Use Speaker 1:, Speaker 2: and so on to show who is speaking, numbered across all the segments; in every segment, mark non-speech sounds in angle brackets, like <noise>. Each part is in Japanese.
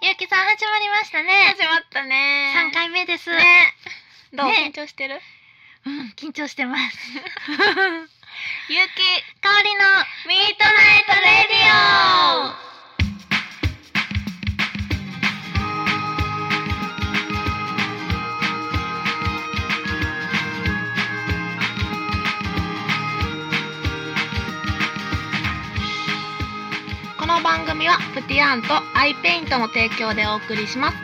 Speaker 1: ゆうきさん始まりましたね
Speaker 2: 始まったね
Speaker 1: 3回目です、
Speaker 2: ねどう、
Speaker 1: ね
Speaker 2: 緊張してる
Speaker 1: うん緊張してます
Speaker 2: ゆうき
Speaker 1: 香りの
Speaker 2: ミートナイトレディオこの番組はプティアンとアイペイントの提供でお送りします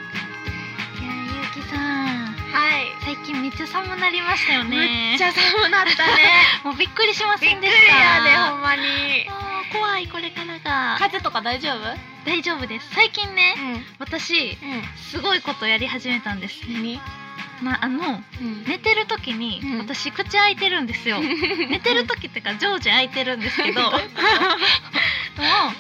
Speaker 1: いやゆうきさん
Speaker 2: はい、
Speaker 1: 最近めっちゃ寒なりましたよね
Speaker 2: めっちゃ寒なったね
Speaker 1: もうびっくりしま
Speaker 2: <laughs> び
Speaker 1: せ
Speaker 2: っ
Speaker 1: ん
Speaker 2: くり
Speaker 1: で
Speaker 2: や
Speaker 1: した
Speaker 2: でほんまに
Speaker 1: あー怖いこれからが
Speaker 2: 風邪とか大丈夫
Speaker 1: 大丈夫です最近ね
Speaker 2: ん
Speaker 1: 私すごいことやり始めたんです
Speaker 2: 何
Speaker 1: まああの
Speaker 2: うん
Speaker 1: 寝てる時に、
Speaker 2: うん
Speaker 1: 私口開いてるんです <laughs> よ寝てる時ってか常時開いてるんです <laughs> けどでも、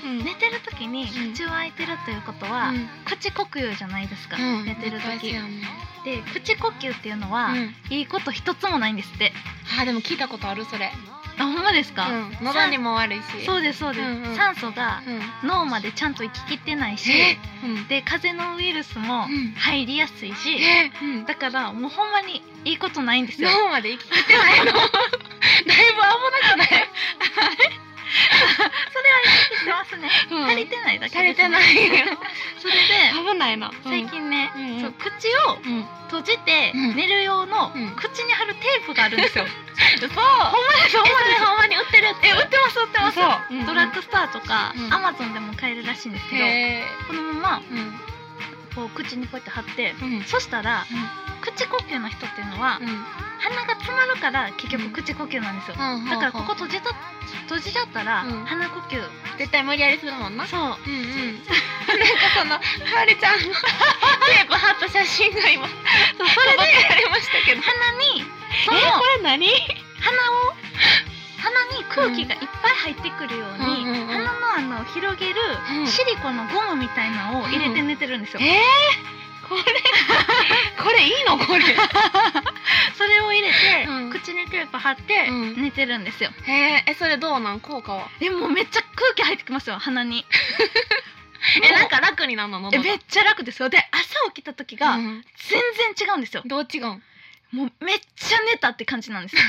Speaker 2: うん
Speaker 1: 寝てる時に
Speaker 2: うん
Speaker 1: 口を開いてるということは、
Speaker 2: うん
Speaker 1: 口呼吸じゃないですか、寝てる時
Speaker 2: うん
Speaker 1: で口呼吸っていうのは、
Speaker 2: うん
Speaker 1: いいこと一つもないんですって
Speaker 2: あでも聞いたことあるそれ、
Speaker 1: あほんまですか、
Speaker 2: うん、喉にも悪いし、
Speaker 1: そううですそうです、
Speaker 2: うんうん
Speaker 1: 酸素が
Speaker 2: うん、
Speaker 1: 脳までちゃんと行ききってないし
Speaker 2: えうん
Speaker 1: で風邪のウイルスも
Speaker 2: うん
Speaker 1: 入りやすいし、
Speaker 2: えうん
Speaker 1: だからもうほんまにいいことないん
Speaker 2: <laughs>
Speaker 1: ですよ
Speaker 2: 脳まで生きてないの <laughs> だいぶ危なくない
Speaker 1: 足りてますね
Speaker 2: うん
Speaker 1: 足りてないだけ
Speaker 2: 垂
Speaker 1: ですね
Speaker 2: れてない <laughs> よ
Speaker 1: それで
Speaker 2: 危ないな
Speaker 1: 最近ね、
Speaker 2: うん
Speaker 1: そう口を
Speaker 2: うん、うん、
Speaker 1: 閉じて
Speaker 2: うん
Speaker 1: 寝る用の
Speaker 2: うん
Speaker 1: 口に貼るテープがあるんですよ。
Speaker 2: <laughs> そう
Speaker 1: ほんまです、ほんまです。
Speaker 2: ほんまに売ってるって
Speaker 1: え、売ってます、売ってます。
Speaker 2: 嘘うんうん
Speaker 1: ドラッグストアとか、
Speaker 2: うん
Speaker 1: アマゾンでも買えるらしいんですけど、
Speaker 2: へ
Speaker 1: このまま
Speaker 2: ーうん
Speaker 1: こう口にこうやって貼って、
Speaker 2: うん
Speaker 1: そしたら、口呼吸の人っていうのは、
Speaker 2: うん
Speaker 1: 鼻が詰まるから結
Speaker 2: う
Speaker 1: 局
Speaker 2: ん
Speaker 1: 口呼吸なんですよ。
Speaker 2: うん
Speaker 1: だからここ閉じた閉じちゃったら、
Speaker 2: うん
Speaker 1: 鼻呼吸。
Speaker 2: 絶対無理やりするもんな
Speaker 1: そう。
Speaker 2: うんうんなんかそのかおりちゃんのテープ貼った写真が今
Speaker 1: そうそれ
Speaker 2: 届
Speaker 1: で
Speaker 2: けられましたけど
Speaker 1: 鼻にその
Speaker 2: えこれ何
Speaker 1: 鼻を鼻に空気がいっぱい入ってくるように、
Speaker 2: うんうんうん
Speaker 1: 鼻の穴を広げる
Speaker 2: うん
Speaker 1: シリコンのゴムみたいなのを入れて寝てるんですよ、
Speaker 2: えー、これこれいいのこれ
Speaker 1: それを入れて、
Speaker 2: うん
Speaker 1: 口にテープ貼って
Speaker 2: うん
Speaker 1: 寝てるんですよ、
Speaker 2: へえそれどうなん効果は
Speaker 1: でもめっちゃ空気入ってきますよ鼻に
Speaker 2: <laughs>
Speaker 1: も
Speaker 2: え
Speaker 1: う
Speaker 2: なんか楽になんの喉
Speaker 1: え
Speaker 2: が
Speaker 1: めっちゃ楽ですよで朝起きた時が
Speaker 2: が、
Speaker 1: 全然違うんですよ、
Speaker 2: どう違うん
Speaker 1: もうめっちゃ寝たって感じなんですよ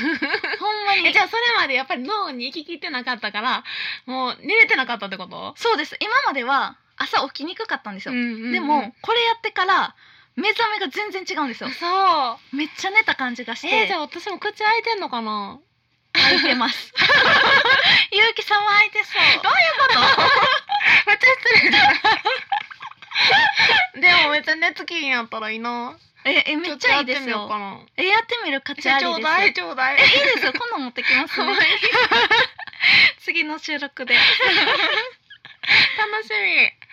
Speaker 1: ほんまに
Speaker 2: えじゃあそれまでやっぱり脳に行ききってなかったからもう寝れてなかったってこと
Speaker 1: そうです今までは朝起きにくかったんですよ、
Speaker 2: ん
Speaker 1: でも、これやってから目覚めが全然違うんですよ
Speaker 2: そ
Speaker 1: めっちゃ寝た感じがし
Speaker 2: う
Speaker 1: て、
Speaker 2: えじゃあ私も口開いてんのかな
Speaker 1: 開いて
Speaker 2: <laughs>
Speaker 1: ます。ゆうきさんは開いてそう。どう
Speaker 2: 私それじゃない <laughs> でもめっちゃ寝つきいいんやったらいいな
Speaker 1: え、え、めっちゃいいです
Speaker 2: ちょ
Speaker 1: よ
Speaker 2: っと。やって
Speaker 1: え、やってみる価
Speaker 2: みよ
Speaker 1: 値あ
Speaker 2: うかな
Speaker 1: り
Speaker 2: ち
Speaker 1: ですよ。<laughs>
Speaker 2: ょうだいちょうだい
Speaker 1: え、いいですよ。今度持ってき
Speaker 2: <laughs>
Speaker 1: ます
Speaker 2: かわいい
Speaker 1: ね。次の収録で。
Speaker 2: 楽し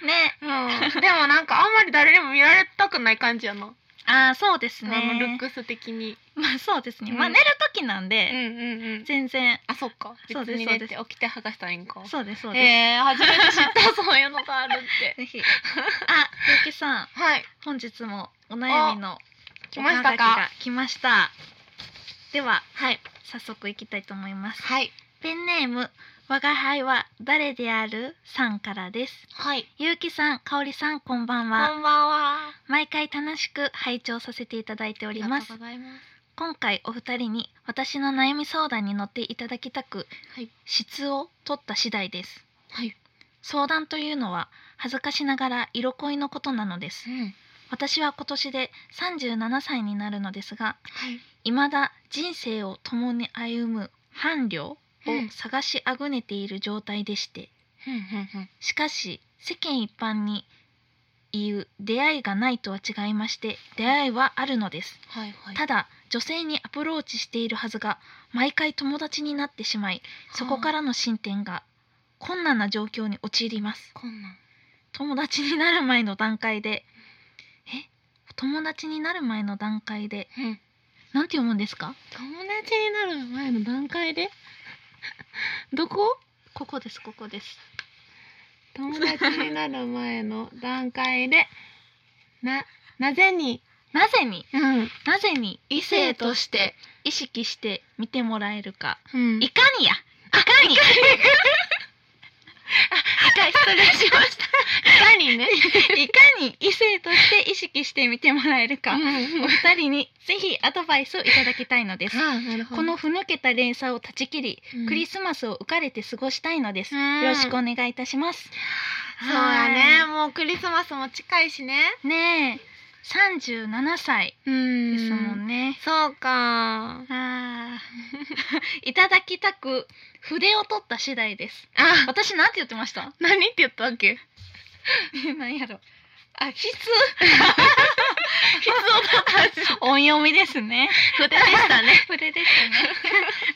Speaker 2: み
Speaker 1: ね。
Speaker 2: うん、 <laughs> でもなんかあんまり誰にも見られたくない感じやな、
Speaker 1: あー、そうです
Speaker 2: あのルッ
Speaker 1: ね。
Speaker 2: クス的に
Speaker 1: まあ、そうですね。
Speaker 2: うん
Speaker 1: まあ、寝る時なん
Speaker 2: うん
Speaker 1: で、
Speaker 2: うんうん
Speaker 1: 全然。
Speaker 2: あそっか
Speaker 1: そうです
Speaker 2: 別に
Speaker 1: そう
Speaker 2: 寝
Speaker 1: です
Speaker 2: て起きて剥がしたらいいんか
Speaker 1: そうです、そうで
Speaker 2: えー、初めて知ったそういうのがあるって
Speaker 1: <laughs> す。ぜ
Speaker 2: <laughs>
Speaker 1: ひ。あ、ゆうきさん、
Speaker 2: はい
Speaker 1: 本日もお悩みの
Speaker 2: 来ました
Speaker 1: おはがき
Speaker 2: か
Speaker 1: が来ました。では、
Speaker 2: はい
Speaker 1: 早速いきたいと思います。
Speaker 2: はい
Speaker 1: ペンネーム我が輩は誰であるさんからです
Speaker 2: はい
Speaker 1: ゆうきさん、かおりさん、こんばん
Speaker 2: こんば
Speaker 1: は
Speaker 2: んはあ
Speaker 1: 毎回楽しく拝聴させていただいております
Speaker 2: ございます
Speaker 1: 今回お二人に私の悩み相談に乗っていただきたく、
Speaker 2: はい
Speaker 1: 質を取った次第です
Speaker 2: はい
Speaker 1: 相談というのは恥ずかしながら色恋のことなのです
Speaker 2: ん
Speaker 1: 私は今年で37歳になるのですが
Speaker 2: はい
Speaker 1: 未だ人生を共に歩む伴侶を
Speaker 2: うん
Speaker 1: 探しあぐねている状態でして、
Speaker 2: ふんふんふん
Speaker 1: しかし世間一般に言う出会いがないとは違いまして出会いはあるのです
Speaker 2: はいはい
Speaker 1: ただ女性にアプローチしているはずが毎回友達になってしまいそこかららの進展が困難な状況に陥ります
Speaker 2: こんなん
Speaker 1: 友達になる前の段階でえ友達になる前の段階で
Speaker 2: うん
Speaker 1: なんて読むんですか
Speaker 2: 友達になる前の段階で <laughs> どこ
Speaker 1: ここですここです
Speaker 2: 友達になる前の段階でななぜに
Speaker 1: なぜに
Speaker 2: うん
Speaker 1: なぜに異性として
Speaker 2: て、
Speaker 1: 意識して見てもらえるか
Speaker 2: うん、
Speaker 1: いかにやいかに
Speaker 2: <laughs> 回失礼しました。いかにね。
Speaker 1: いかにに異性として意識してみてもらえるか
Speaker 2: うん
Speaker 1: お二人にぜひアドバイスをいただきたいのです
Speaker 2: ああなるほど
Speaker 1: このふぬけた連鎖を断ち切り、
Speaker 2: うん
Speaker 1: クリスマスを浮かれて過ごしたいのです、
Speaker 2: うん
Speaker 1: よろしくお願いいたします
Speaker 2: そうだねもうクリスマスも近いしね
Speaker 1: ねえ37歳
Speaker 2: う
Speaker 1: で
Speaker 2: ん
Speaker 1: すもんね、
Speaker 2: そうか
Speaker 1: あー <laughs> いただきたく筆を取った次第です
Speaker 2: あ
Speaker 1: 私なんて言ってました
Speaker 2: 何って言ったっけ <laughs>
Speaker 1: 何やろあ筆 <laughs>
Speaker 2: 必要だった
Speaker 1: 音読みですね
Speaker 2: 筆でしたね
Speaker 1: 筆ですね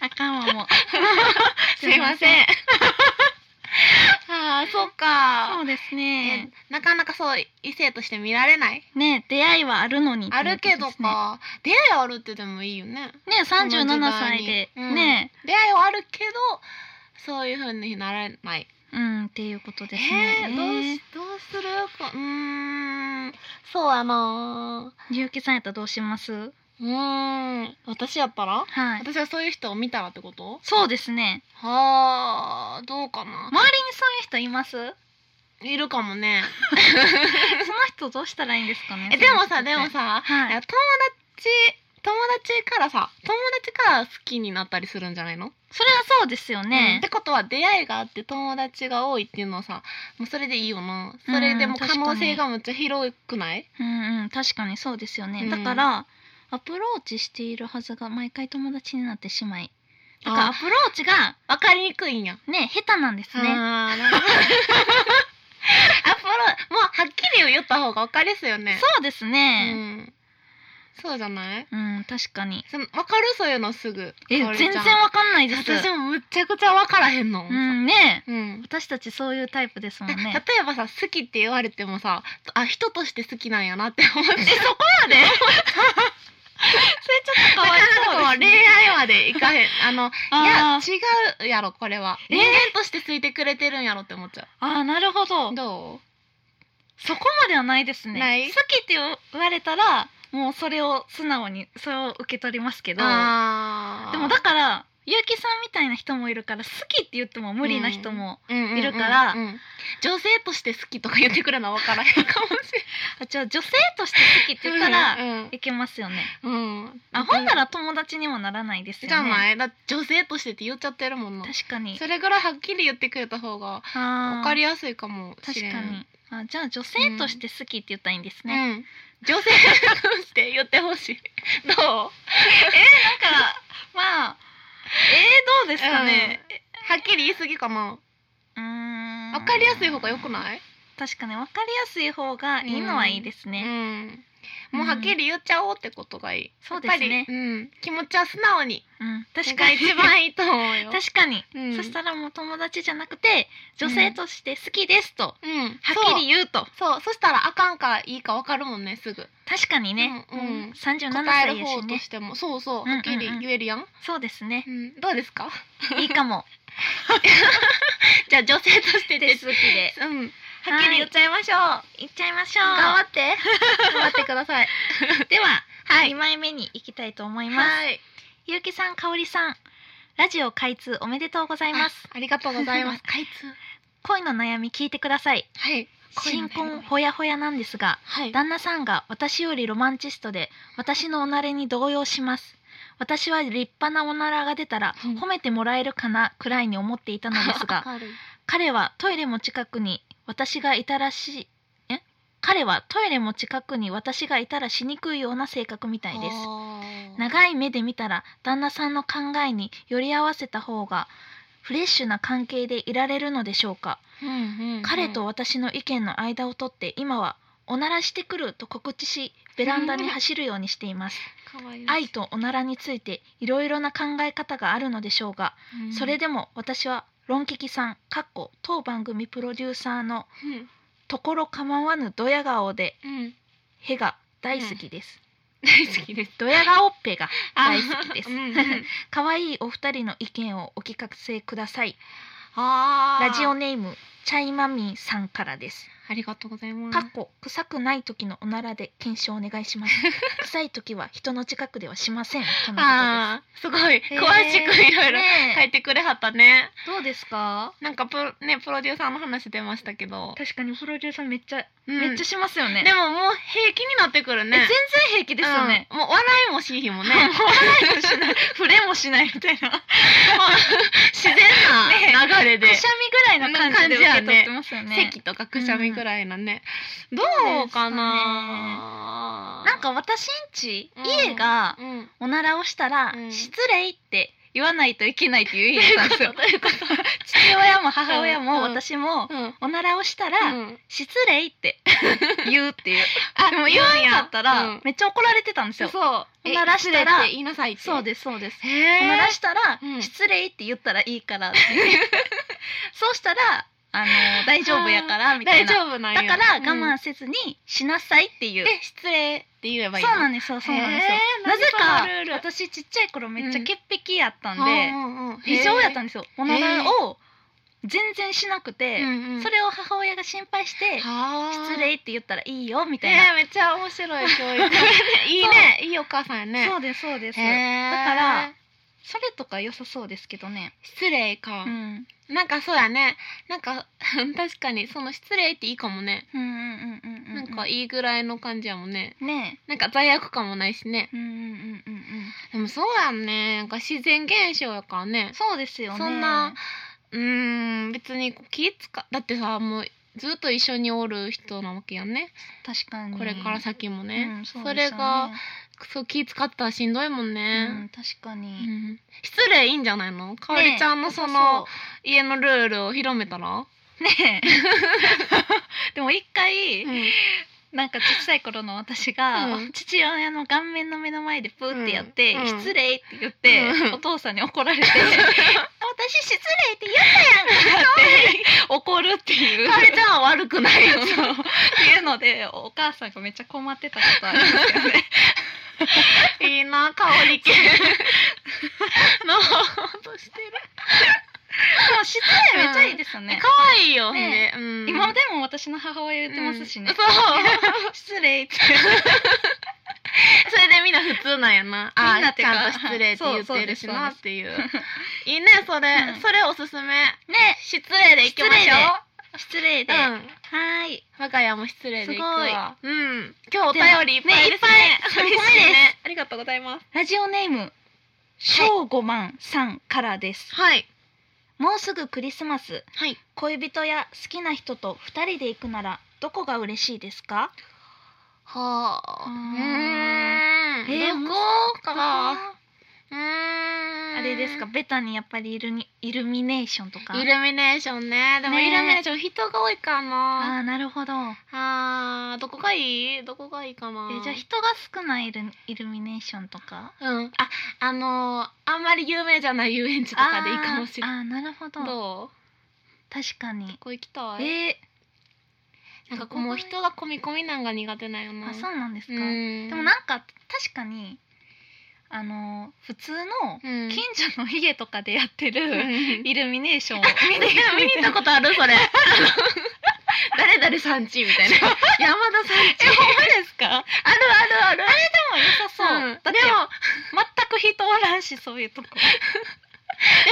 Speaker 1: あかんわもう
Speaker 2: <laughs> すいません <laughs> ああそう
Speaker 1: そ
Speaker 2: か
Speaker 1: うです
Speaker 2: え
Speaker 1: ね
Speaker 2: なかなかそう異性として見られない
Speaker 1: ね出会いはあるのに
Speaker 2: あるけど
Speaker 1: ね
Speaker 2: か出会いはあるってでもいいよね
Speaker 1: ね37歳で、
Speaker 2: この時代にうん
Speaker 1: ね
Speaker 2: 出会いはあるけどそういう風にならない
Speaker 1: うんっていうことですね、
Speaker 2: えー、どうしどうするかうーんそうやな
Speaker 1: 結城さんやったらどうします
Speaker 2: うーん私やった
Speaker 1: は
Speaker 2: ら
Speaker 1: い
Speaker 2: 私はそういう人を見たらってこと
Speaker 1: そうですね
Speaker 2: はあどうかな、
Speaker 1: 周りにそういう人いますその
Speaker 2: いるかもね
Speaker 1: 人どうしたらいいんですかね
Speaker 2: えでもさでも
Speaker 1: さ
Speaker 2: さ、
Speaker 1: はい
Speaker 2: いや友達友達からさ友達から好きになったりするんじゃないの
Speaker 1: それはそうですよ
Speaker 2: うんっ
Speaker 1: ね
Speaker 2: て、ことは出会いがあって友達が多いっていうのはさもうそれでいいよなそれでもう可能性がめっちゃ広くない
Speaker 1: うんうん確かにそうですよね、
Speaker 2: うん
Speaker 1: だからアプローチしているはずが毎回友達になってしまいだからアプローチが
Speaker 2: わかりにくいんや
Speaker 1: ね下手なんです
Speaker 2: ね。
Speaker 1: ね
Speaker 2: あーなる
Speaker 1: <laughs>
Speaker 2: ほどアプロもうはっきり言った方が分かりやすいよね。
Speaker 1: そうです
Speaker 2: う
Speaker 1: ね
Speaker 2: ん。そうじゃない？
Speaker 1: うん、確かに
Speaker 2: その分かるそういうのすぐ。
Speaker 1: え
Speaker 2: かおりちゃ
Speaker 1: 全
Speaker 2: ん
Speaker 1: 然わかんないです
Speaker 2: 私もむちゃくちゃ分からへんの。
Speaker 1: うんね
Speaker 2: うん
Speaker 1: 私たちそういうタイプですも
Speaker 2: で
Speaker 1: ん <laughs>
Speaker 2: 例
Speaker 1: ね
Speaker 2: えばさ好きって言われてもさあ人として好きなんやなって思って
Speaker 1: え <laughs> そこまでそれちょっとかわい
Speaker 2: なかなか
Speaker 1: そ <laughs>
Speaker 2: も
Speaker 1: う
Speaker 2: う
Speaker 1: で
Speaker 2: 恋
Speaker 1: すね
Speaker 2: 愛までいかへんあのいや
Speaker 1: あー
Speaker 2: 違うやろこれは
Speaker 1: えー
Speaker 2: 人間として好いてくれてるんやろって思っちゃ
Speaker 1: あーなるほど
Speaker 2: うど
Speaker 1: そこまではないですね
Speaker 2: ない
Speaker 1: 好きって言われたらもうそれを素直にそれを受け取りますけ
Speaker 2: う
Speaker 1: ど
Speaker 2: あー
Speaker 1: でもだから結城さんみたいな人もいるから好きって言っても無理な人も、い
Speaker 2: い
Speaker 1: るから
Speaker 2: 女性として好きとか言ってくるのは分からへんかもし
Speaker 1: あじゃあ女性として好きって
Speaker 2: れ
Speaker 1: 言っ
Speaker 2: ない
Speaker 1: たら
Speaker 2: うん
Speaker 1: いけますよね、
Speaker 2: うんうん
Speaker 1: あほんなら友達にもならないです
Speaker 2: じ
Speaker 1: よ
Speaker 2: ゃ
Speaker 1: ね
Speaker 2: ないだって女性としてって言っちゃってるもんな
Speaker 1: 確かに
Speaker 2: それぐらいはっきり言ってくれた方が
Speaker 1: あ
Speaker 2: 分
Speaker 1: ー
Speaker 2: かりやすいかもし
Speaker 1: 確
Speaker 2: れん
Speaker 1: かにあじゃあ女性として好きって言ったらいいんです
Speaker 2: う
Speaker 1: ね、
Speaker 2: ん女性 <laughs> として言ってほしいどうは
Speaker 1: だからまあえー、どうですかね、
Speaker 2: っきり言い過ぎかな
Speaker 1: うーん
Speaker 2: 分かりやすい方が良くない
Speaker 1: 確かに分かりやすい方がいいのはいいですね、
Speaker 2: うんもうはっきり言っちゃおうってことがいい
Speaker 1: そうですね
Speaker 2: やっぱりうん気持ちは素直に
Speaker 1: うん、確
Speaker 2: が
Speaker 1: かに
Speaker 2: 一番いいと思うよ
Speaker 1: 確かに、
Speaker 2: うん
Speaker 1: そしたらもう友達じゃなくて女性として好きですと、
Speaker 2: うん
Speaker 1: はっきり言うと
Speaker 2: そうそしたらあかんかいいかわかるもんねすぐ
Speaker 1: 確かにね、
Speaker 2: うんうん
Speaker 1: 37
Speaker 2: 答え
Speaker 1: 歳
Speaker 2: る
Speaker 1: やし
Speaker 2: 方と
Speaker 1: ね
Speaker 2: してもそうそう
Speaker 1: うんうんうん
Speaker 2: はっきり言えるやん、
Speaker 1: そうです
Speaker 2: <laughs>
Speaker 1: ね
Speaker 2: うんどうですか
Speaker 1: いいかも
Speaker 2: じゃあ女性とし
Speaker 1: 手
Speaker 2: てです、
Speaker 1: 続きで
Speaker 2: うん、はっきり言っちゃいましょう、
Speaker 1: いっちゃいましょう
Speaker 2: 頑張って頑張ってください
Speaker 1: <laughs> では、
Speaker 2: は
Speaker 1: 2枚目に行きたいと思います、
Speaker 2: はい
Speaker 1: ゆうきさんかおりさんラジオ開通おめでとうございます
Speaker 2: あありがとうございます開通
Speaker 1: 恋の悩み聞いてください
Speaker 2: はい
Speaker 1: 新婚
Speaker 2: ほ
Speaker 1: ほやほやなんですが
Speaker 2: はい
Speaker 1: 旦那さんが私よりロマンチストで私のおなれに動揺します私は立派なおならが出たら
Speaker 2: うん
Speaker 1: 褒めてもらえるかなくらいに思っていたのです
Speaker 2: <laughs>
Speaker 1: が
Speaker 2: 明るい
Speaker 1: 彼はトイレも近くに私がいたらしいえ彼はトイレも近くに私がいたらしにくいような性格みたいです
Speaker 2: あー
Speaker 1: 長い目で見たら旦那さんの考えにより合わせた方がフレッシュな関係でいられるのでしょうか
Speaker 2: うんうんうん
Speaker 1: 彼と私の意見の間を取って今はおならしてくると告知しベランダに走るようにしています
Speaker 2: 可愛らしい
Speaker 1: 愛とおならについていろいろな考え方があるのでしょうが、
Speaker 2: うん
Speaker 1: それでも私はロンキキさんかっこ当番組プロデューサーの
Speaker 2: うん
Speaker 1: ところ構わぬドヤ顔で
Speaker 2: うん
Speaker 1: へが大好きです、
Speaker 2: 大好きです
Speaker 1: ドヤ顔っぺが
Speaker 2: あ
Speaker 1: 大好きです
Speaker 2: うんうん
Speaker 1: 可愛いお二人の意見をお聞かせください
Speaker 2: あー
Speaker 1: ラジオネームチャイマミーさんからです
Speaker 2: ありがとうございます
Speaker 1: かっこ臭くない時のおならで検証お願いします
Speaker 2: <laughs>
Speaker 1: 臭い時は人の近くではしませんとのこ
Speaker 2: あーすごい
Speaker 1: とです
Speaker 2: 詳しくいろいろ
Speaker 1: ねえ
Speaker 2: 書いてくれはったね
Speaker 1: どうですか
Speaker 2: なんかプロねプロデューサーの話出ましたけど、
Speaker 1: 確かにプロデューサーめっちゃ、
Speaker 2: うん
Speaker 1: めっちゃしますよね
Speaker 2: でももう平気になってくる
Speaker 1: え
Speaker 2: ね
Speaker 1: 全然平気ですよね、
Speaker 2: うんもう笑いもしい日 <laughs> もね
Speaker 1: 笑いもしない触れもしないみたいな
Speaker 2: 自然な流れで、
Speaker 1: く
Speaker 2: <laughs>
Speaker 1: しゃみぐらいの感じで受け取ってますよね
Speaker 2: 席とかくしゃみぐらいなね、どうかな
Speaker 1: なんか私んち
Speaker 2: うん
Speaker 1: 家が
Speaker 2: <laughs> うん
Speaker 1: おならをしたら、
Speaker 2: うん
Speaker 1: 失礼って言わないといけないっていう家だったんですよ父親も母親
Speaker 2: うん
Speaker 1: も
Speaker 2: うん
Speaker 1: 私も、
Speaker 2: <laughs> うん
Speaker 1: おならをしたら、
Speaker 2: うん
Speaker 1: 失礼って
Speaker 2: <laughs>
Speaker 1: 言うっていう
Speaker 2: あ
Speaker 1: でも言わんかったら、
Speaker 2: うん
Speaker 1: めっちゃ怒られてたんです
Speaker 2: そう
Speaker 1: よ
Speaker 2: そう
Speaker 1: おならしたら
Speaker 2: え失礼って言いなさいって
Speaker 1: そうですそうです、
Speaker 2: へ
Speaker 1: おな
Speaker 2: え
Speaker 1: らしたら、
Speaker 2: うん
Speaker 1: 失礼って言ったらいいからって
Speaker 2: <laughs>
Speaker 1: そうしたらあの大丈夫やからみたい
Speaker 2: 大
Speaker 1: な
Speaker 2: 丈夫なんや
Speaker 1: だから我
Speaker 2: うん
Speaker 1: 慢せずにしなさいっていう、
Speaker 2: で失礼って言えばいい
Speaker 1: そうなん
Speaker 2: で
Speaker 1: ですよそうなんですよ、
Speaker 2: へー
Speaker 1: なぜか
Speaker 2: 何そのルール
Speaker 1: 私ちっちゃい頃めっちゃ潔癖やったんで、
Speaker 2: ん
Speaker 1: 異常やった
Speaker 2: ん
Speaker 1: んですよおならを全然しなく
Speaker 2: で
Speaker 1: て、それを母親が心配して「失
Speaker 2: 失
Speaker 1: 礼」って言ったらいいよみたいな、
Speaker 2: えーめっちゃ面白い教 <laughs> 育いいねいいお母さんやね
Speaker 1: そうですそうです、
Speaker 2: へー
Speaker 1: だからそれとか良さそうですけどね、
Speaker 2: 失礼か、
Speaker 1: うん、
Speaker 2: なんかそうやねなんか <laughs> 確かにその失礼っていいかもね
Speaker 1: うんうんうんうんうん
Speaker 2: なんかいいぐらいの感じやもんね
Speaker 1: ね
Speaker 2: なんか罪悪感もないしね
Speaker 1: えうんうんうんうんうん
Speaker 2: でもそうやんねなんか自然現象やからね
Speaker 1: そうですよね
Speaker 2: そんなうーん別にこう気使だってさもうずっと一緒におる人なわけやんね
Speaker 1: 確かに
Speaker 2: これから先もね、
Speaker 1: うんそう
Speaker 2: そ
Speaker 1: で
Speaker 2: れ
Speaker 1: すよね
Speaker 2: がそう気使ったらしんどいもん
Speaker 1: う
Speaker 2: ね、
Speaker 1: ん確か
Speaker 2: う
Speaker 1: に、
Speaker 2: ん失礼いいんじゃないのかおりちゃんのその家のルールを広めたら、
Speaker 1: ねえ
Speaker 2: <laughs>
Speaker 1: でも一回、なんか小さい頃の私が、
Speaker 2: うん
Speaker 1: 父親の顔面の目の前でプーってやって「
Speaker 2: うんうん
Speaker 1: 失礼」って言って、
Speaker 2: うん
Speaker 1: お父さんに怒ら
Speaker 2: <laughs>
Speaker 1: れて「私失礼って言ったやんか」って怒るっていう
Speaker 2: かおりちゃんは悪くないよ
Speaker 1: そう <laughs> っていうのでお母さんがめっちゃ困ってたことあるんですよ
Speaker 2: <laughs>
Speaker 1: ね。
Speaker 2: いいなかおり系 <laughs> のとしてる
Speaker 1: でも失礼めっちゃいいですよね
Speaker 2: 可。愛いよねうん
Speaker 1: 今でも私の母親言ってますしね
Speaker 2: うん。そう
Speaker 1: <laughs> 失礼って
Speaker 2: それでみんな普通なんやな <laughs> あ
Speaker 1: みんなって
Speaker 2: ち
Speaker 1: いうか
Speaker 2: ゃんと失礼って言ってるし
Speaker 1: はい
Speaker 2: な
Speaker 1: そうそうです
Speaker 2: っていういいねそれ、
Speaker 1: うん
Speaker 2: それおすすめ
Speaker 1: ね
Speaker 2: 失礼でいきましょ
Speaker 1: 失礼で、
Speaker 2: う
Speaker 1: はーい
Speaker 2: うん我が家も失礼でいくわうん今日お
Speaker 1: では
Speaker 2: 便りいっぱい
Speaker 1: ね
Speaker 2: で
Speaker 1: いっ
Speaker 2: す
Speaker 1: ぱ
Speaker 2: ね
Speaker 1: い
Speaker 2: 寂しい
Speaker 1: ごめんね
Speaker 2: ありがとうございます
Speaker 1: ラジオネームしょうごまんさんからです。
Speaker 2: はい
Speaker 1: もうすぐクリスマス
Speaker 2: はい
Speaker 1: 恋人や好きな人と二人で行くならどこが嬉しいですか
Speaker 2: はあ
Speaker 1: う
Speaker 2: う
Speaker 1: ー
Speaker 2: ん
Speaker 1: えー
Speaker 2: どこか
Speaker 1: あ
Speaker 2: うーん
Speaker 1: れですかベタにやっぱりイルニイルミネーションとか
Speaker 2: イルミネーションねでも
Speaker 1: ね
Speaker 2: イルミネーション人が多いか
Speaker 1: あ
Speaker 2: な
Speaker 1: あなるほど、え
Speaker 2: あーどこがいいどこがいいかな
Speaker 1: ーじゃあ人が少ないイルイルミネーションとか
Speaker 2: うんああのーあんまり有名じゃない遊園地とかでいいかもしれない
Speaker 1: あーあーなるほど
Speaker 2: ど
Speaker 1: 確か
Speaker 2: う
Speaker 1: に
Speaker 2: こう行きたい
Speaker 1: え
Speaker 2: なんかこうもう人が込み込みなんが苦手なんよ
Speaker 1: ー
Speaker 2: な
Speaker 1: あそうなんですか、
Speaker 2: うん
Speaker 1: でもなんか確かにあのー普通の
Speaker 2: うん
Speaker 1: 近所の家とかでやって
Speaker 2: う
Speaker 1: る <laughs>
Speaker 2: ん
Speaker 1: イルミネーションを
Speaker 2: 見に見に行ったことあるそ <laughs> れ誰々さんちみ <laughs> たいな山田さんち
Speaker 1: えほんまですか
Speaker 2: あるあるある
Speaker 1: でも良さそう、
Speaker 2: うん
Speaker 1: だって
Speaker 2: でも
Speaker 1: 全く人おらんしそういうとこ
Speaker 2: で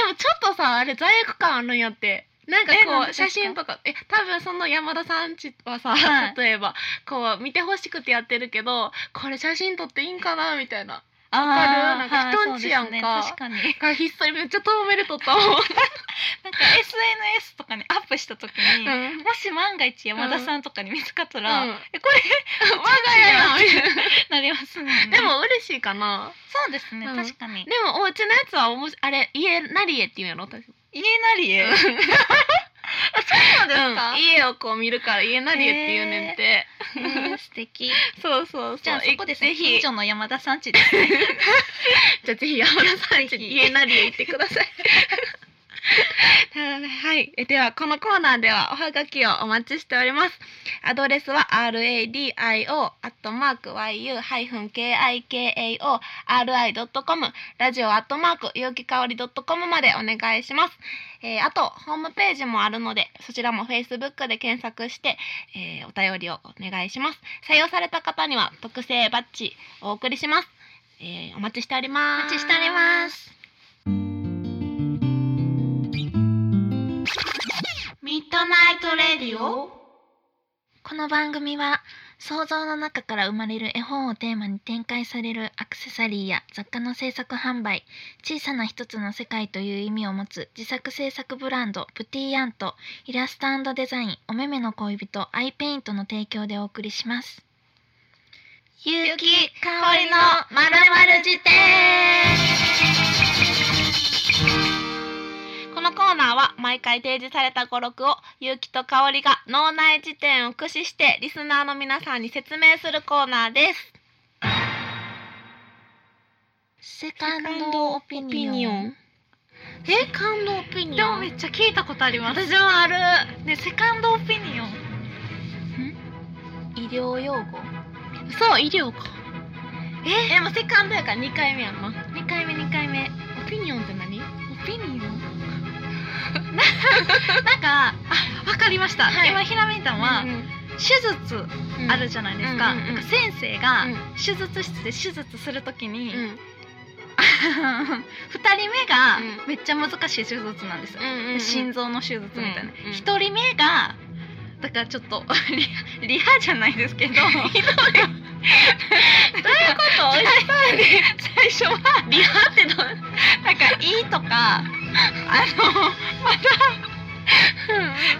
Speaker 2: もちょっとさあれ罪悪感あるんやってなんか
Speaker 1: えなんでで
Speaker 2: こう
Speaker 1: すか
Speaker 2: 写真とかえ多分その山田さんちはさ、
Speaker 1: はい
Speaker 2: 例えばこう見てほしくてやってるけどこれ写真撮っていいんかなみたいな
Speaker 1: あ
Speaker 2: わかるなんか人んちやんか
Speaker 1: 確かになんか
Speaker 2: がひっそりめっちゃ遠目で撮った <laughs> もん、
Speaker 1: SNS とかにアップした時に、も
Speaker 2: うん、
Speaker 1: し万が一山田さんとかに見つかったら、
Speaker 2: うん
Speaker 1: えこれ
Speaker 2: 我が家やみたい
Speaker 1: なりますもんね
Speaker 2: <laughs> なでも嬉しいかな
Speaker 1: そうですね、
Speaker 2: うん
Speaker 1: 確かに
Speaker 2: でもお家のやつはおもしあれ家なりえっていうんやろ私
Speaker 1: 家なり <laughs> えそうなんですか、
Speaker 2: うん家をこう見るから家なりえって言うねんて、
Speaker 1: えー素敵
Speaker 2: そうそうそう
Speaker 1: じゃあそこですね
Speaker 2: ぜひ
Speaker 1: 近
Speaker 2: じゃ
Speaker 1: 所の山田さんちですね
Speaker 3: <laughs>
Speaker 2: <laughs> あぜひ山田さんちに家なりえ行ってくださいはい、えではこのコーナーではおはがきをお待ちしております。アドレスは radio.yu-kikaori.com ラジオ .yukiKaori.com までお願いします。えーあと、ホームページもあるので、そちらも Facebook で検索して、えーお便りをお願いします。採用された方には特製バッジお送りします。えーお待ちしております。
Speaker 3: 待ちしております
Speaker 2: ミッドナイトレディオ
Speaker 3: この番組は想像の中から生まれる絵本をテーマに展開されるアクセサリーや雑貨の制作販売小さな一つの世界という意味を持つ自作制作ブランドプティーアンとイラストデザインおめめの恋人アイペイントの提供でお送りします。ゆうきかおりのまるまる辞典
Speaker 2: このコーナーは毎回提示された語録を結城と香りが脳内辞典を駆使してリスナーの皆さんに説明するコーナーです。
Speaker 3: セカンドオピニオン
Speaker 1: え感動オピニ
Speaker 3: で
Speaker 1: オ
Speaker 3: も
Speaker 1: ン
Speaker 3: めっちゃ聞いたことあります
Speaker 1: 私もある
Speaker 3: ねセカンドオピニオン医療用語
Speaker 1: そう医療か
Speaker 3: え
Speaker 1: えもうセカンドやから2回目やんなオ
Speaker 3: 二回目二回目
Speaker 1: ピニオンって何
Speaker 3: ピニオン
Speaker 1: なんかあわかりました、
Speaker 3: はい
Speaker 1: 今ひらめいたのは、手術あるじゃないですか,、
Speaker 2: うんうんうん
Speaker 1: なんか先生が
Speaker 2: うん
Speaker 1: 手術室で手術するときに、
Speaker 2: うん
Speaker 1: <laughs> 二人目が
Speaker 2: うん
Speaker 1: めっちゃ難しい手術なんですよ、
Speaker 2: うんうん
Speaker 1: 心臓の手術みたいな
Speaker 2: うんうん
Speaker 1: 一、人目がだからちょっとリリハじゃないですけ
Speaker 2: <laughs>
Speaker 1: どどういうこと最初はリハってどうなんか「いい」とかあのまだ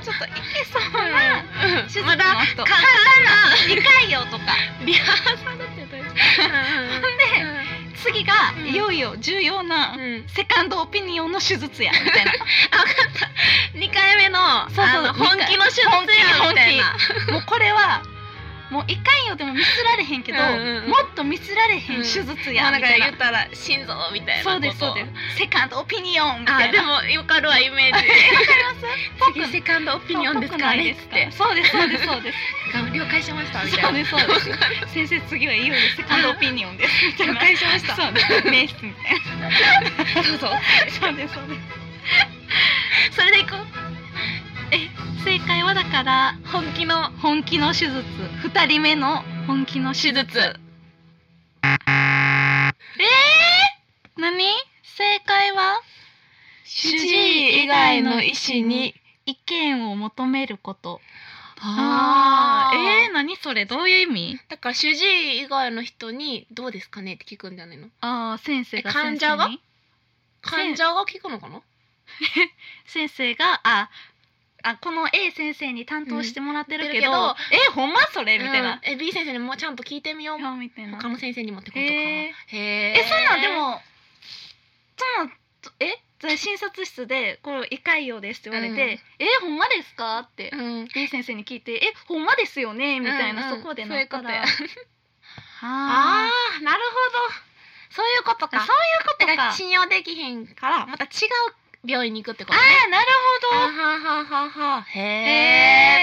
Speaker 1: ちょっといけそうな手術の人、
Speaker 2: まだ
Speaker 1: 簡単 <laughs> な2回よとかリハーサルってどういうこと次が、
Speaker 2: うん
Speaker 1: いよいよ重要な、
Speaker 2: うん
Speaker 1: セカンドオピニオンの手術やみたい
Speaker 2: <laughs>
Speaker 1: な
Speaker 2: 二回目の
Speaker 1: そう
Speaker 2: あの本気の手術やみたいな。
Speaker 1: もうこれはもういかんよでもミスられへんけど、
Speaker 2: うんうんうん
Speaker 1: もっとミスられへん手術や、
Speaker 2: もうな
Speaker 1: み
Speaker 2: んか
Speaker 1: たいな
Speaker 2: 言ったら心臓みたいなこと。
Speaker 1: そうですそうですセカンドオピニオンみた
Speaker 2: あ
Speaker 1: い
Speaker 2: で
Speaker 1: な
Speaker 2: もよかるわイメージ。
Speaker 1: ぽく
Speaker 2: 次セカンドオピニオンですかねっ
Speaker 1: ぽくない
Speaker 2: て
Speaker 1: で。すかそうですそうですそうです
Speaker 2: 了解しましたみたいな
Speaker 1: そう。ですそうです先生次はいよいよセカンドオピニオンですみたいな
Speaker 2: 了解しました
Speaker 1: そう
Speaker 2: <laughs>
Speaker 1: です名刺みたいな
Speaker 2: どうぞ。
Speaker 1: そうですそうですそれでいこうえ正解はだから本気の本気の手術二人目の本気の手術
Speaker 3: 何正解は
Speaker 2: 主治医以外の医師に。
Speaker 1: 意見を求めること
Speaker 2: あー
Speaker 1: えー、何それどういう意味
Speaker 2: だから主治医以外の人にどうですかねって聞くんじゃないの
Speaker 1: ああ先生が
Speaker 2: え患者が
Speaker 1: 先生に
Speaker 2: 患者が聞くのかな
Speaker 1: 先生がああこの A 先生に担当してもらってるけど,、
Speaker 2: うんやっ
Speaker 1: えほんまそれみたいな
Speaker 2: うん、え B 先生にもちゃんと聞いてみよう
Speaker 1: いやみたいな
Speaker 2: 他の先生にもってことかな
Speaker 1: へ
Speaker 2: へえ
Speaker 1: えそんなんでもそんなんえじゃあ診察室で「これ胃潰瘍です」って言われて「えほんまですか?」って、
Speaker 2: うん、
Speaker 1: B 先生に聞いて「えほんまですよね?」みたいな、
Speaker 2: うんうん
Speaker 1: そこでなった
Speaker 2: そういう
Speaker 1: ら
Speaker 2: こあ
Speaker 1: あ
Speaker 2: あなるほどそういうこと
Speaker 1: あ
Speaker 2: か
Speaker 1: そういうこと
Speaker 2: だか
Speaker 1: から
Speaker 2: 信用できへんからまた違う病院に行くってこと
Speaker 1: あ
Speaker 2: ね
Speaker 1: あなるほ
Speaker 2: あ
Speaker 1: ど
Speaker 2: ははははへ
Speaker 1: へ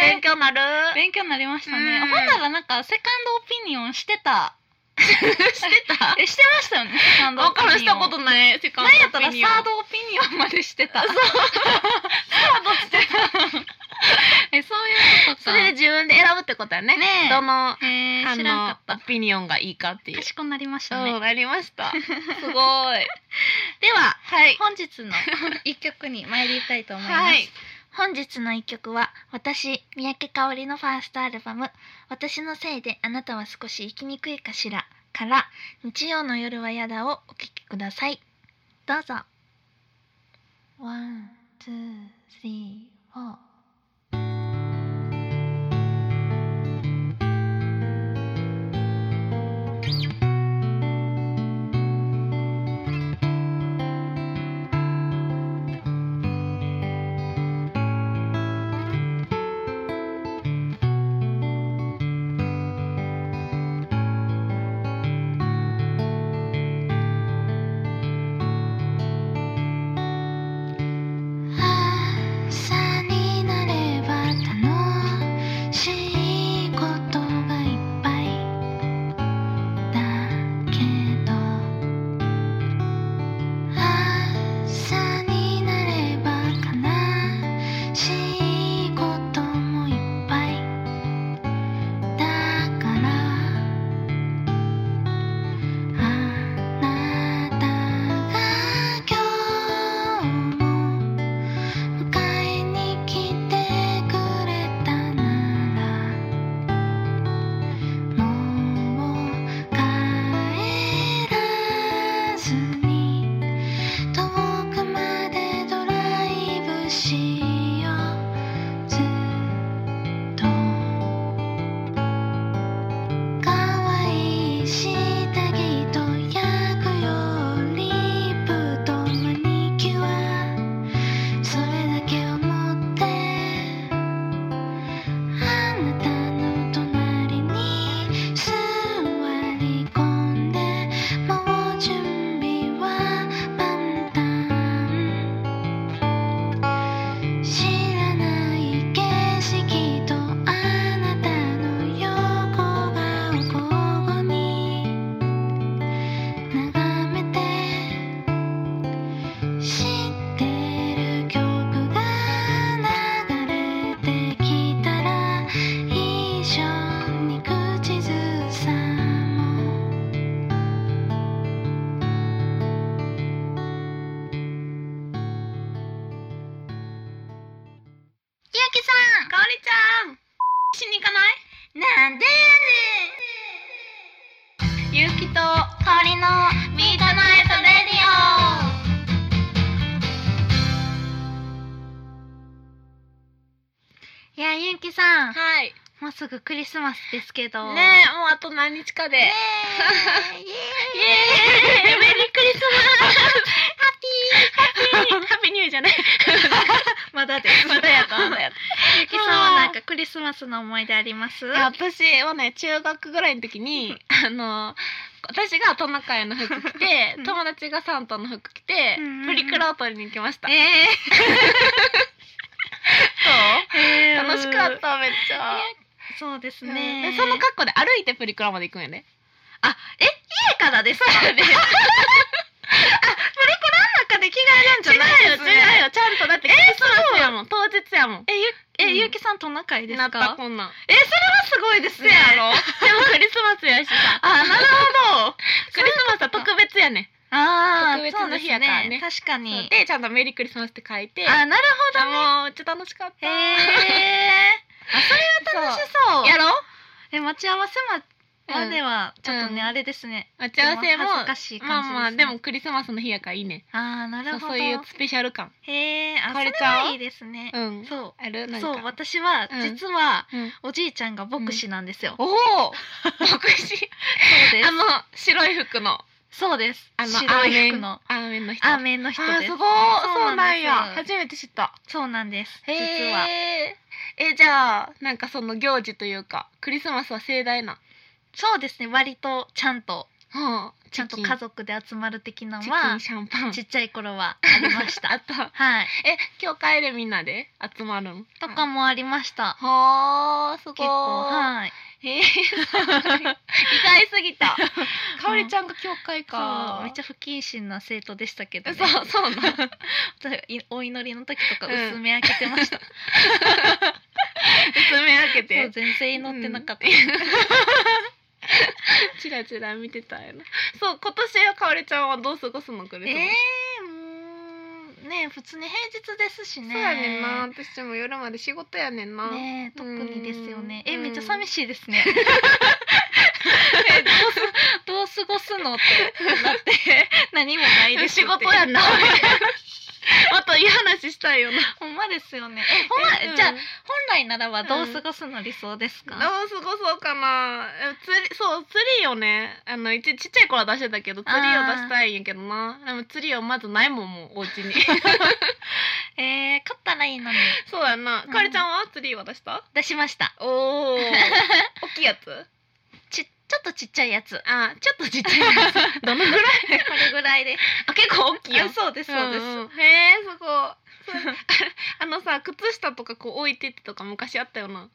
Speaker 2: え
Speaker 1: ー
Speaker 2: 勉強になる
Speaker 1: 勉強になりましたね
Speaker 2: う
Speaker 1: ほ
Speaker 2: ん
Speaker 1: んならなんかセカンドオピニオンしてた
Speaker 2: してた
Speaker 1: えしてましたよねセカンドオ
Speaker 2: 分
Speaker 1: ピニオ
Speaker 2: か
Speaker 1: ン
Speaker 2: らしたことないセカン
Speaker 1: なんやった
Speaker 2: ド
Speaker 1: ら
Speaker 2: オ
Speaker 1: サ
Speaker 2: ピニオン
Speaker 1: ードオピニオンまでしてたそうサードしてたえそういうこと
Speaker 2: そ
Speaker 1: か
Speaker 2: れで自分で選ぶってことだね
Speaker 1: ねえ
Speaker 2: どの
Speaker 1: えー、
Speaker 2: あ
Speaker 1: 知らんか
Speaker 2: の
Speaker 1: った
Speaker 2: オピニオンがいいかっていう。
Speaker 1: 賢くなりまし
Speaker 2: そ
Speaker 1: たね
Speaker 2: うなりま <laughs> した。すごい。
Speaker 1: では
Speaker 2: はい。
Speaker 1: 本日の一曲に参りたいと思います、
Speaker 2: はい。
Speaker 3: 本日の一曲は私三宅香織のファーストアルバム「私のせいであなたは少し生きにくいかしら」から「日曜の夜はやだ」をお聴きくださいどうぞワン、ツー、スリー、フォー朝にな
Speaker 4: るしようずっと可愛い下着と焼くよリップとマニキュアそれだけを持ってあなたの隣に座り込んでもう準備は万端知らない景色とあなたの横顔交互に眺めて知ってる曲が流れてきたら一緒に口ずさもう
Speaker 2: ゆうきさんかおりちゃんしに行かないなんでやねんゆうきとかおりのミートナイトレディ
Speaker 1: いやゆうきさん
Speaker 2: オはい
Speaker 1: もうすぐクリスマスですけど
Speaker 2: ねえもうあと何日かで、 <laughs>
Speaker 4: イエーイ
Speaker 2: イエ <laughs> ーイメリークリスマ <laughs> スハッピーハッ <laughs> ピーハッピーニューじゃない
Speaker 1: まだです
Speaker 2: まだや
Speaker 4: <laughs>
Speaker 2: ったまだやった
Speaker 1: ゆうきさんはなんかクリスマスの思い出あります
Speaker 2: いや私はね中学ぐらいの時にあの私がトナカイの服着て
Speaker 1: うん
Speaker 2: 友達がサンタの服着て
Speaker 1: うんうんうん
Speaker 2: プリクラを取りに行きました、
Speaker 1: えええ
Speaker 2: そ
Speaker 1: ー
Speaker 2: う楽しかっためっちゃ、
Speaker 1: そうです
Speaker 2: うん
Speaker 1: ね、
Speaker 2: でその格好で歩いてプリクラまで行くんよね
Speaker 1: あえ家からです
Speaker 2: <laughs>
Speaker 1: かあプリクラの中で着替えるんじゃないですね
Speaker 2: よちゃんとだってクリスマスやもん当日やもん
Speaker 1: えゆ
Speaker 2: う
Speaker 1: え
Speaker 2: ん
Speaker 1: ゆうきさんトナカイです
Speaker 2: なった
Speaker 1: か
Speaker 2: こん <laughs> なん
Speaker 1: えそれはすごいですね
Speaker 2: せやろでもクリスマスやしさ
Speaker 1: あなる
Speaker 2: ほどクリスマスは特別やね
Speaker 1: あ
Speaker 2: 特
Speaker 1: ー
Speaker 2: 別
Speaker 1: そう
Speaker 2: な
Speaker 1: です
Speaker 2: 日やからね
Speaker 1: ね確か
Speaker 2: そう
Speaker 1: に
Speaker 2: でちゃんとメリークリスマスって書いて
Speaker 1: あなる
Speaker 2: あもうめっちゃ楽しかった
Speaker 1: へえ
Speaker 2: そ
Speaker 1: <laughs>
Speaker 2: う
Speaker 1: 楽しそう
Speaker 2: やろ
Speaker 1: え待ち合わせままではちょっとね、
Speaker 2: うん
Speaker 1: あれですね
Speaker 2: 待ち合わ
Speaker 1: で
Speaker 2: せも
Speaker 1: も恥ずかしい感じですね
Speaker 2: まあまあでもクリスマスの日やからいいね
Speaker 1: あーな
Speaker 2: そ
Speaker 1: るほ
Speaker 2: う
Speaker 1: ど
Speaker 2: そういうスペシャル感
Speaker 1: へえあそ
Speaker 2: かおり
Speaker 1: れ
Speaker 2: ちゃんは
Speaker 1: はいいですね、
Speaker 2: うん
Speaker 1: そう
Speaker 2: あるなんか
Speaker 1: そう私は
Speaker 2: うん
Speaker 1: 実は、
Speaker 2: うん
Speaker 1: おじいちゃんが牧師なんですよ、
Speaker 2: おお牧
Speaker 1: <laughs>
Speaker 2: 師
Speaker 1: そうです
Speaker 2: あの白い服の
Speaker 1: そうです
Speaker 2: あの
Speaker 1: 白い服の
Speaker 2: アーメンの人
Speaker 1: アーメンの人
Speaker 2: あ
Speaker 1: ですす
Speaker 2: ごい
Speaker 1: そ
Speaker 2: そう
Speaker 1: な
Speaker 2: うなんん
Speaker 1: や
Speaker 2: や初めて知った
Speaker 1: そうなんです実
Speaker 2: 実は
Speaker 1: は
Speaker 2: えじゃあなんかその行事というかクリスマスは盛大な
Speaker 1: そうですね割とちゃんと
Speaker 2: うん
Speaker 1: ちゃんと
Speaker 2: チキン
Speaker 1: 家族で集まる的な
Speaker 2: チ
Speaker 1: の
Speaker 2: キ
Speaker 1: は
Speaker 2: ンシャンパン
Speaker 1: ちっちゃい頃はありまし <laughs>
Speaker 2: あ
Speaker 1: た
Speaker 2: った
Speaker 1: はい
Speaker 2: え教会でみんなで集まるん
Speaker 1: とかもありました
Speaker 2: はあすごい
Speaker 1: 結構はい
Speaker 2: えー、そうなんや意外す
Speaker 1: <laughs>
Speaker 2: ぎた。かおりちゃんが教会
Speaker 1: そ
Speaker 2: か。
Speaker 1: うめっちゃ不謹慎な生徒でしたけど、ね、
Speaker 2: <laughs> そうそうな。
Speaker 1: いお祈りの時とか
Speaker 2: うん
Speaker 1: 薄め開けてました、
Speaker 2: 爪開け
Speaker 1: そう。 <laughs> 全然祈ってなかった、
Speaker 2: チラチラ見てたよな。そう今年はかおりちゃんはどう過ごすのくれ
Speaker 1: えー、もうね普通に平日ですしね
Speaker 2: そうやねんな。私も夜まで仕事やねんな。
Speaker 1: ねえ特にですよね
Speaker 2: うん
Speaker 1: え
Speaker 2: うん
Speaker 1: めっちゃ寂しいです <laughs> ねどうすどう過ごすのってなって <laughs> 何もないです
Speaker 2: 仕事やん <laughs> な。またいい話したいよな。
Speaker 1: ほんまですよねえほんま、じゃあ
Speaker 2: うん
Speaker 1: 本来ならばどう過ごすの理想です
Speaker 2: どう
Speaker 1: か、
Speaker 2: 過ごそうかなえ釣りそう釣りをねあの一ちっちゃい頃は出してたけど釣りを出したいんやけどなでも釣りをまずないもんもうお <laughs> 家に
Speaker 1: えー、勝ったらいいのに
Speaker 2: そうやな
Speaker 1: うん
Speaker 2: かおりちゃんは釣りは出した
Speaker 1: 出しました
Speaker 2: おお <laughs> 大きいやつ
Speaker 1: ちちょっとちっちゃいやつこ
Speaker 2: あちょっとちっちゃいや <laughs> つどのぐらい
Speaker 1: れぐらいで
Speaker 2: あ結構大きい
Speaker 1: <laughs>
Speaker 2: よ
Speaker 1: あそうですそうです、
Speaker 2: んんへえすごい <laughs> あのさ靴下とかこう置いてってとか昔あったよな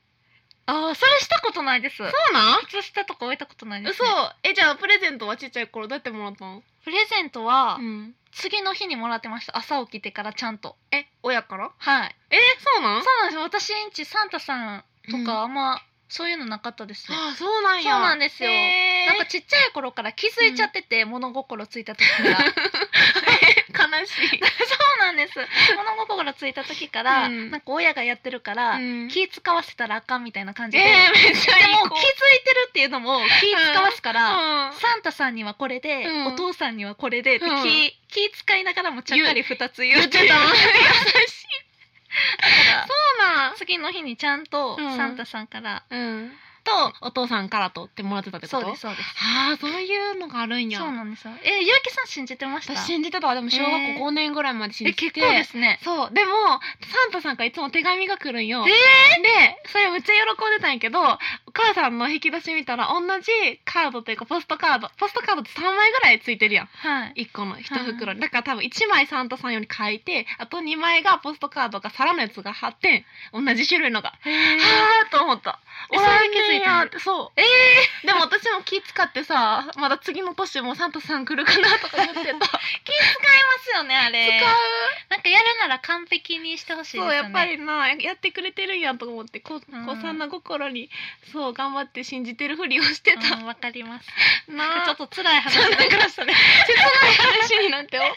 Speaker 1: あーそれしたことないです
Speaker 2: そうなん
Speaker 1: 靴下とか置いたことないです、
Speaker 2: 嘘
Speaker 1: ね、
Speaker 2: えじゃあプレゼントはちっちゃい頃どうやってもらったの
Speaker 1: プレゼントは
Speaker 2: ん
Speaker 1: 次の日にもらってました朝起きてからちゃんと
Speaker 2: え親から
Speaker 1: はい
Speaker 2: えそうなん
Speaker 1: そうなんですよ私んちサンタさんとかあんまそういうのなかったですね、
Speaker 2: ああそうなんや
Speaker 1: そうなんですよ
Speaker 2: へー
Speaker 1: なんかちっちゃい頃から気づいちゃってて、物心ついた時からそ
Speaker 2: <laughs>
Speaker 1: う <laughs>
Speaker 2: 悲しい
Speaker 1: なんです物心ついた時から、
Speaker 2: うん
Speaker 1: なんか親がやってるから、気使わせたらあかんみたいな感
Speaker 2: え
Speaker 1: じ
Speaker 2: ー
Speaker 1: で、
Speaker 2: めっちゃ
Speaker 1: で
Speaker 2: いい
Speaker 1: も
Speaker 2: 子
Speaker 1: 気づいてるっていうのも気使わすから、サンタさんにはこれで、
Speaker 2: うん
Speaker 1: お父さんにはこれでって気,、
Speaker 2: うん
Speaker 1: <laughs>
Speaker 2: <laughs>
Speaker 1: 気使いながらもちゃっかり2つ言
Speaker 2: 言
Speaker 1: う
Speaker 2: ってた優しい
Speaker 1: 次の日にちゃんと
Speaker 2: うん
Speaker 1: サンタさんから、
Speaker 2: うん。とお父さんからとってもらってたってこ
Speaker 1: そ
Speaker 2: と。
Speaker 1: うですそうです
Speaker 2: ああそういうのがあるんや。
Speaker 1: そうなんですよえゆうきさん信じてました
Speaker 2: 私信じてたわでも小学
Speaker 1: えー
Speaker 2: 校5年ぐらいまで信
Speaker 1: え
Speaker 2: じて
Speaker 1: 結
Speaker 2: て、
Speaker 1: 構ですね
Speaker 2: そうでもサンタさんからいつも手紙が来るんよ、
Speaker 1: え
Speaker 2: でそれめっちゃ喜んでたんやけどお母さんの引き出し見たら同じカードというかポストカードポストカードって3枚ぐらいついてるやん
Speaker 1: はい
Speaker 2: 1個の1
Speaker 1: はい
Speaker 2: 袋
Speaker 1: は
Speaker 2: にだから多分1枚サンタさんより書いてあと2枚がポストカードが皿のやつが貼ってん同じ種類のが。
Speaker 1: へえ
Speaker 2: はあと思った。
Speaker 1: え
Speaker 2: おらん
Speaker 1: それで気づい
Speaker 2: ね
Speaker 1: たの
Speaker 2: やってそう。ええでも私も気使ってさ、まだ次の年もサンタさん来るかなとか思ってた。
Speaker 1: 気使いますよねあれ
Speaker 2: 使う。
Speaker 1: なんかやるなら完璧にしてほしいですよ
Speaker 2: そう
Speaker 1: ね
Speaker 2: やっぱりなやってくれてるんやと思ってこ
Speaker 1: うん
Speaker 2: 子さんの心にそう頑張って信じてるふりをしてた、
Speaker 1: うんわかります
Speaker 2: <laughs> な
Speaker 1: ちょっと辛い話
Speaker 2: そう
Speaker 1: に
Speaker 2: な
Speaker 1: なりましたね
Speaker 2: 切ない話に
Speaker 1: <laughs>
Speaker 2: なってよ
Speaker 1: はいさ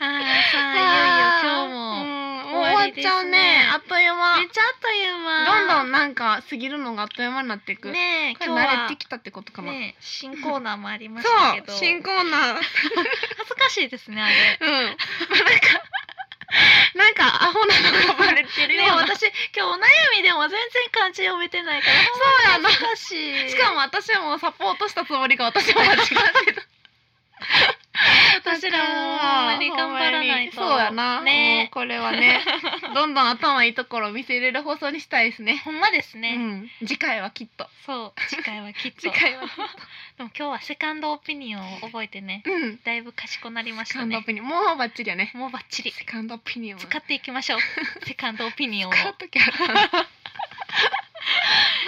Speaker 1: あいよいよ今日も、
Speaker 2: もうん終わっちゃうねあ
Speaker 1: 終
Speaker 2: っという間
Speaker 1: めっちゃあっという間
Speaker 2: どんどんなんか過ぎるのがあっという間になっていく、
Speaker 1: ねえ
Speaker 2: これ
Speaker 1: 今日は
Speaker 2: 慣れてきたってことかな、
Speaker 1: ねえ新コーナーもありましたけど
Speaker 2: そう新
Speaker 1: <laughs>
Speaker 2: コーナー
Speaker 1: 恥ずかしいですねあれ
Speaker 2: うん。なんか、なんかアホなのがバレてるよ
Speaker 1: ねえ
Speaker 2: うな。
Speaker 1: 私今日お悩みでも全然漢字読めてないから
Speaker 2: そうやな
Speaker 1: ほんまに恥ずかしい
Speaker 2: しかも私はもうサポートしたつもりが私は間違ってた。
Speaker 1: <laughs> 私らもほんまに頑張らないと
Speaker 2: ほんまにそうやな。
Speaker 1: ね
Speaker 2: もうこれはね、どんどん頭いいところを見せれる放送にしたいですね。
Speaker 1: <laughs> ほんまですね、
Speaker 2: うん。次回はきっと。
Speaker 1: そう次回はきっと
Speaker 2: 次回はきっ
Speaker 1: でも今日はセカンドオピニオンを覚えてね
Speaker 2: と。うん。
Speaker 1: だいぶ賢なりまし
Speaker 2: セ
Speaker 1: た
Speaker 2: カンドオ
Speaker 1: ね
Speaker 2: ピニオン。もうバッチリやね。
Speaker 1: もうバッチリ
Speaker 2: セカンドオピニオン。
Speaker 1: 使っていきましょう <laughs> セカンドオピニオンを
Speaker 2: 使っときゃ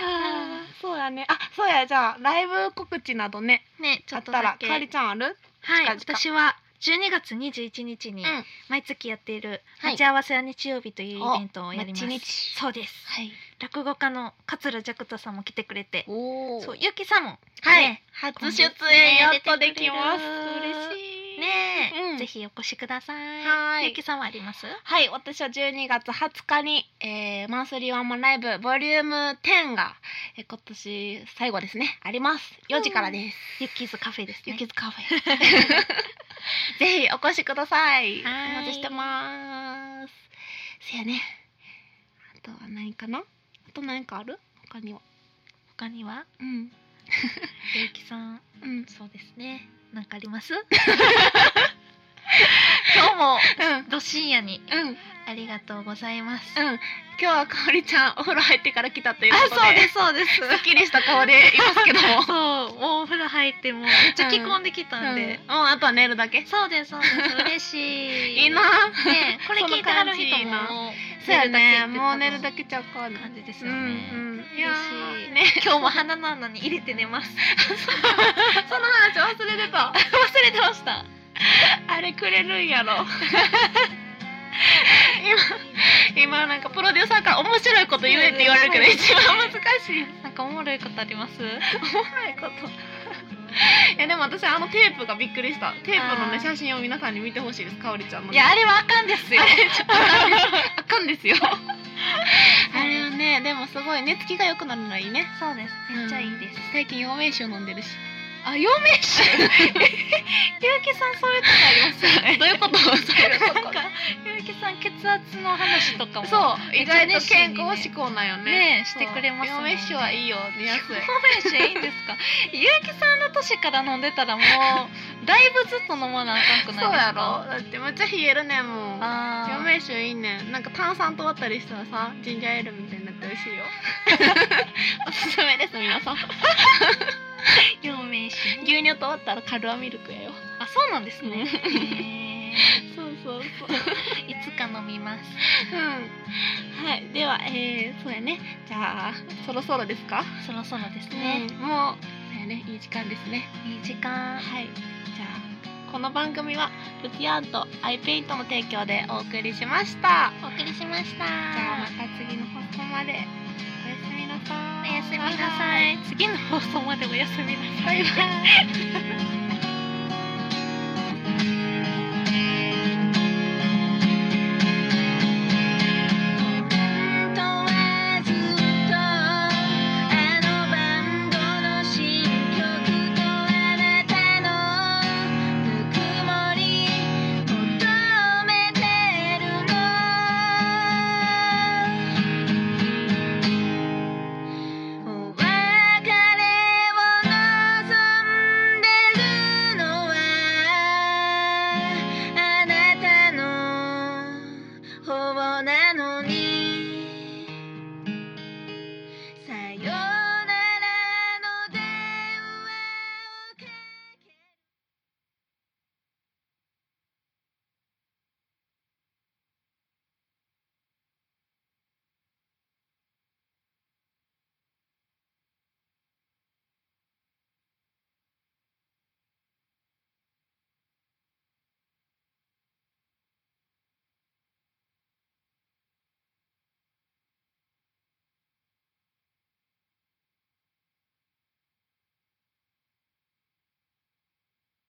Speaker 2: あーそうやね。あ、そうや。じゃあ、ライブ告知などね。
Speaker 1: ねちょ
Speaker 2: あ
Speaker 1: っ
Speaker 2: っ
Speaker 1: と
Speaker 2: た
Speaker 1: だ
Speaker 2: ら、
Speaker 1: け
Speaker 2: かおりちゃんある
Speaker 1: はい
Speaker 2: 近々
Speaker 1: 私は12月21日に
Speaker 2: うん
Speaker 1: 毎月やっている「
Speaker 2: はい
Speaker 1: 待ち合わせは日曜日」というイベントをやります、
Speaker 2: お待ち日
Speaker 1: そうです
Speaker 2: はい。
Speaker 1: 落語家の桂ジャクタさんも来てくれて
Speaker 2: お
Speaker 1: そうゆきさんも
Speaker 2: はい、
Speaker 1: ね
Speaker 2: 初出演やっとできます。
Speaker 1: 嬉
Speaker 2: し
Speaker 1: ねえ、
Speaker 2: うん
Speaker 1: ぜひお越しください
Speaker 2: はーい
Speaker 1: ゆきさんはあります
Speaker 2: はい、私は12月20日に、えーマンスリーワンマンライブボリューム10が、えー今年最後ですねあります。4時からです。
Speaker 1: ゆきずカフェですね
Speaker 2: ゆきずカフェ。 <laughs> ぜひお越しください。
Speaker 1: はい
Speaker 2: お待ちしてます。せやね。あとは何かな？あと何かある？他には。
Speaker 1: 他には
Speaker 2: うん。
Speaker 1: ゆきさん
Speaker 2: うん。
Speaker 1: そうですねなんかあります <laughs> 今日も
Speaker 2: うん。
Speaker 1: ど深夜に
Speaker 2: うん。
Speaker 1: ありがとうございます、
Speaker 2: うん、今日はかおりちゃんお風呂入ってから来たという
Speaker 1: あ
Speaker 2: こ
Speaker 1: そ
Speaker 2: とで
Speaker 1: うですそうです
Speaker 2: すっきりした顔でいますけど <laughs> も
Speaker 1: そうもうお風呂入ってもうめっちゃ着込んできたんで、
Speaker 2: うんもうあとは寝るだ
Speaker 1: <laughs>
Speaker 2: け
Speaker 1: そうですそうです嬉しい
Speaker 2: いいな
Speaker 1: ねこれ聞いてはる人
Speaker 2: その感じいい
Speaker 1: も
Speaker 2: な
Speaker 1: もう
Speaker 2: そうやね
Speaker 1: 寝るだけって
Speaker 2: もう寝るだけちゃうかな
Speaker 1: 感じです
Speaker 2: うん
Speaker 1: よね、
Speaker 2: うん
Speaker 1: 嬉しい
Speaker 2: いやーね
Speaker 1: 今日も鼻の穴に入れて寝 <laughs> ます
Speaker 2: その話忘れてた
Speaker 1: 忘れてました
Speaker 2: <laughs> あれくれるんやろ <laughs> 今今なんかプロデューサーから面白いこと言えって言われるけど一番難しい
Speaker 1: なんかおもろいことあります
Speaker 2: おもろいこと <laughs> いやでも私あのテープがびっくりしたテープの
Speaker 1: あ
Speaker 2: ね
Speaker 1: ー
Speaker 2: 写真を皆さんに見てほしいですかおりちゃんのね
Speaker 1: いやあれはあかんですよ
Speaker 2: あかんですよ。あれはね、でもすごい寝つきが良くなるのはいいね。
Speaker 1: そうですめっちゃいいです、
Speaker 2: うん。最近陽明酒飲んでるし。
Speaker 1: あ、陽明 <laughs> 酒ゆうきさんそういうとこありますよね
Speaker 2: どういうこと
Speaker 1: なんかゆうきさん血圧の話とかも
Speaker 2: そう、意外と健康志向なんよね。
Speaker 1: ねしてくれます
Speaker 2: 陽明酒はいいよ、寝やすい。
Speaker 1: 陽明酒いいんですかゆうきさんの年から飲んでたらもうだいぶずっと飲まなあかんく
Speaker 2: そう
Speaker 1: ないですか
Speaker 2: やろ。だってめっちゃ冷えるねんもん。
Speaker 1: あ
Speaker 2: 陽
Speaker 1: ー
Speaker 2: 明酒いいねん。なんか炭酸と割ったりしたらさ、ジンジャーエールみたいになって美味しいよ。 <laughs> おすすめです皆さん。
Speaker 1: 陽明酒ね
Speaker 2: 牛乳と割ったらカルアミルクやよ。
Speaker 1: あ、そうなんですね、へ
Speaker 2: そうそうそう。
Speaker 1: ーいつか飲みます
Speaker 2: うんはい、では、えー、そうやね。じゃあ、そろそろですか。
Speaker 1: そろそろですね、
Speaker 2: うんもう、そうやね、いい時間ですね。
Speaker 1: いい時間
Speaker 2: はい、じゃあ、この番組はルティアンとアイペイントの提供でお送りしました。
Speaker 1: お送りしました
Speaker 2: じゃあ、また次の放送まで。おやすみなさ
Speaker 1: お
Speaker 2: い。
Speaker 1: やすみなさい次の放送までおやすみなさい
Speaker 2: バイバイ。
Speaker 1: 本当はずっとあのバンドの新曲とあなたのぬくもり求めてるの
Speaker 2: のに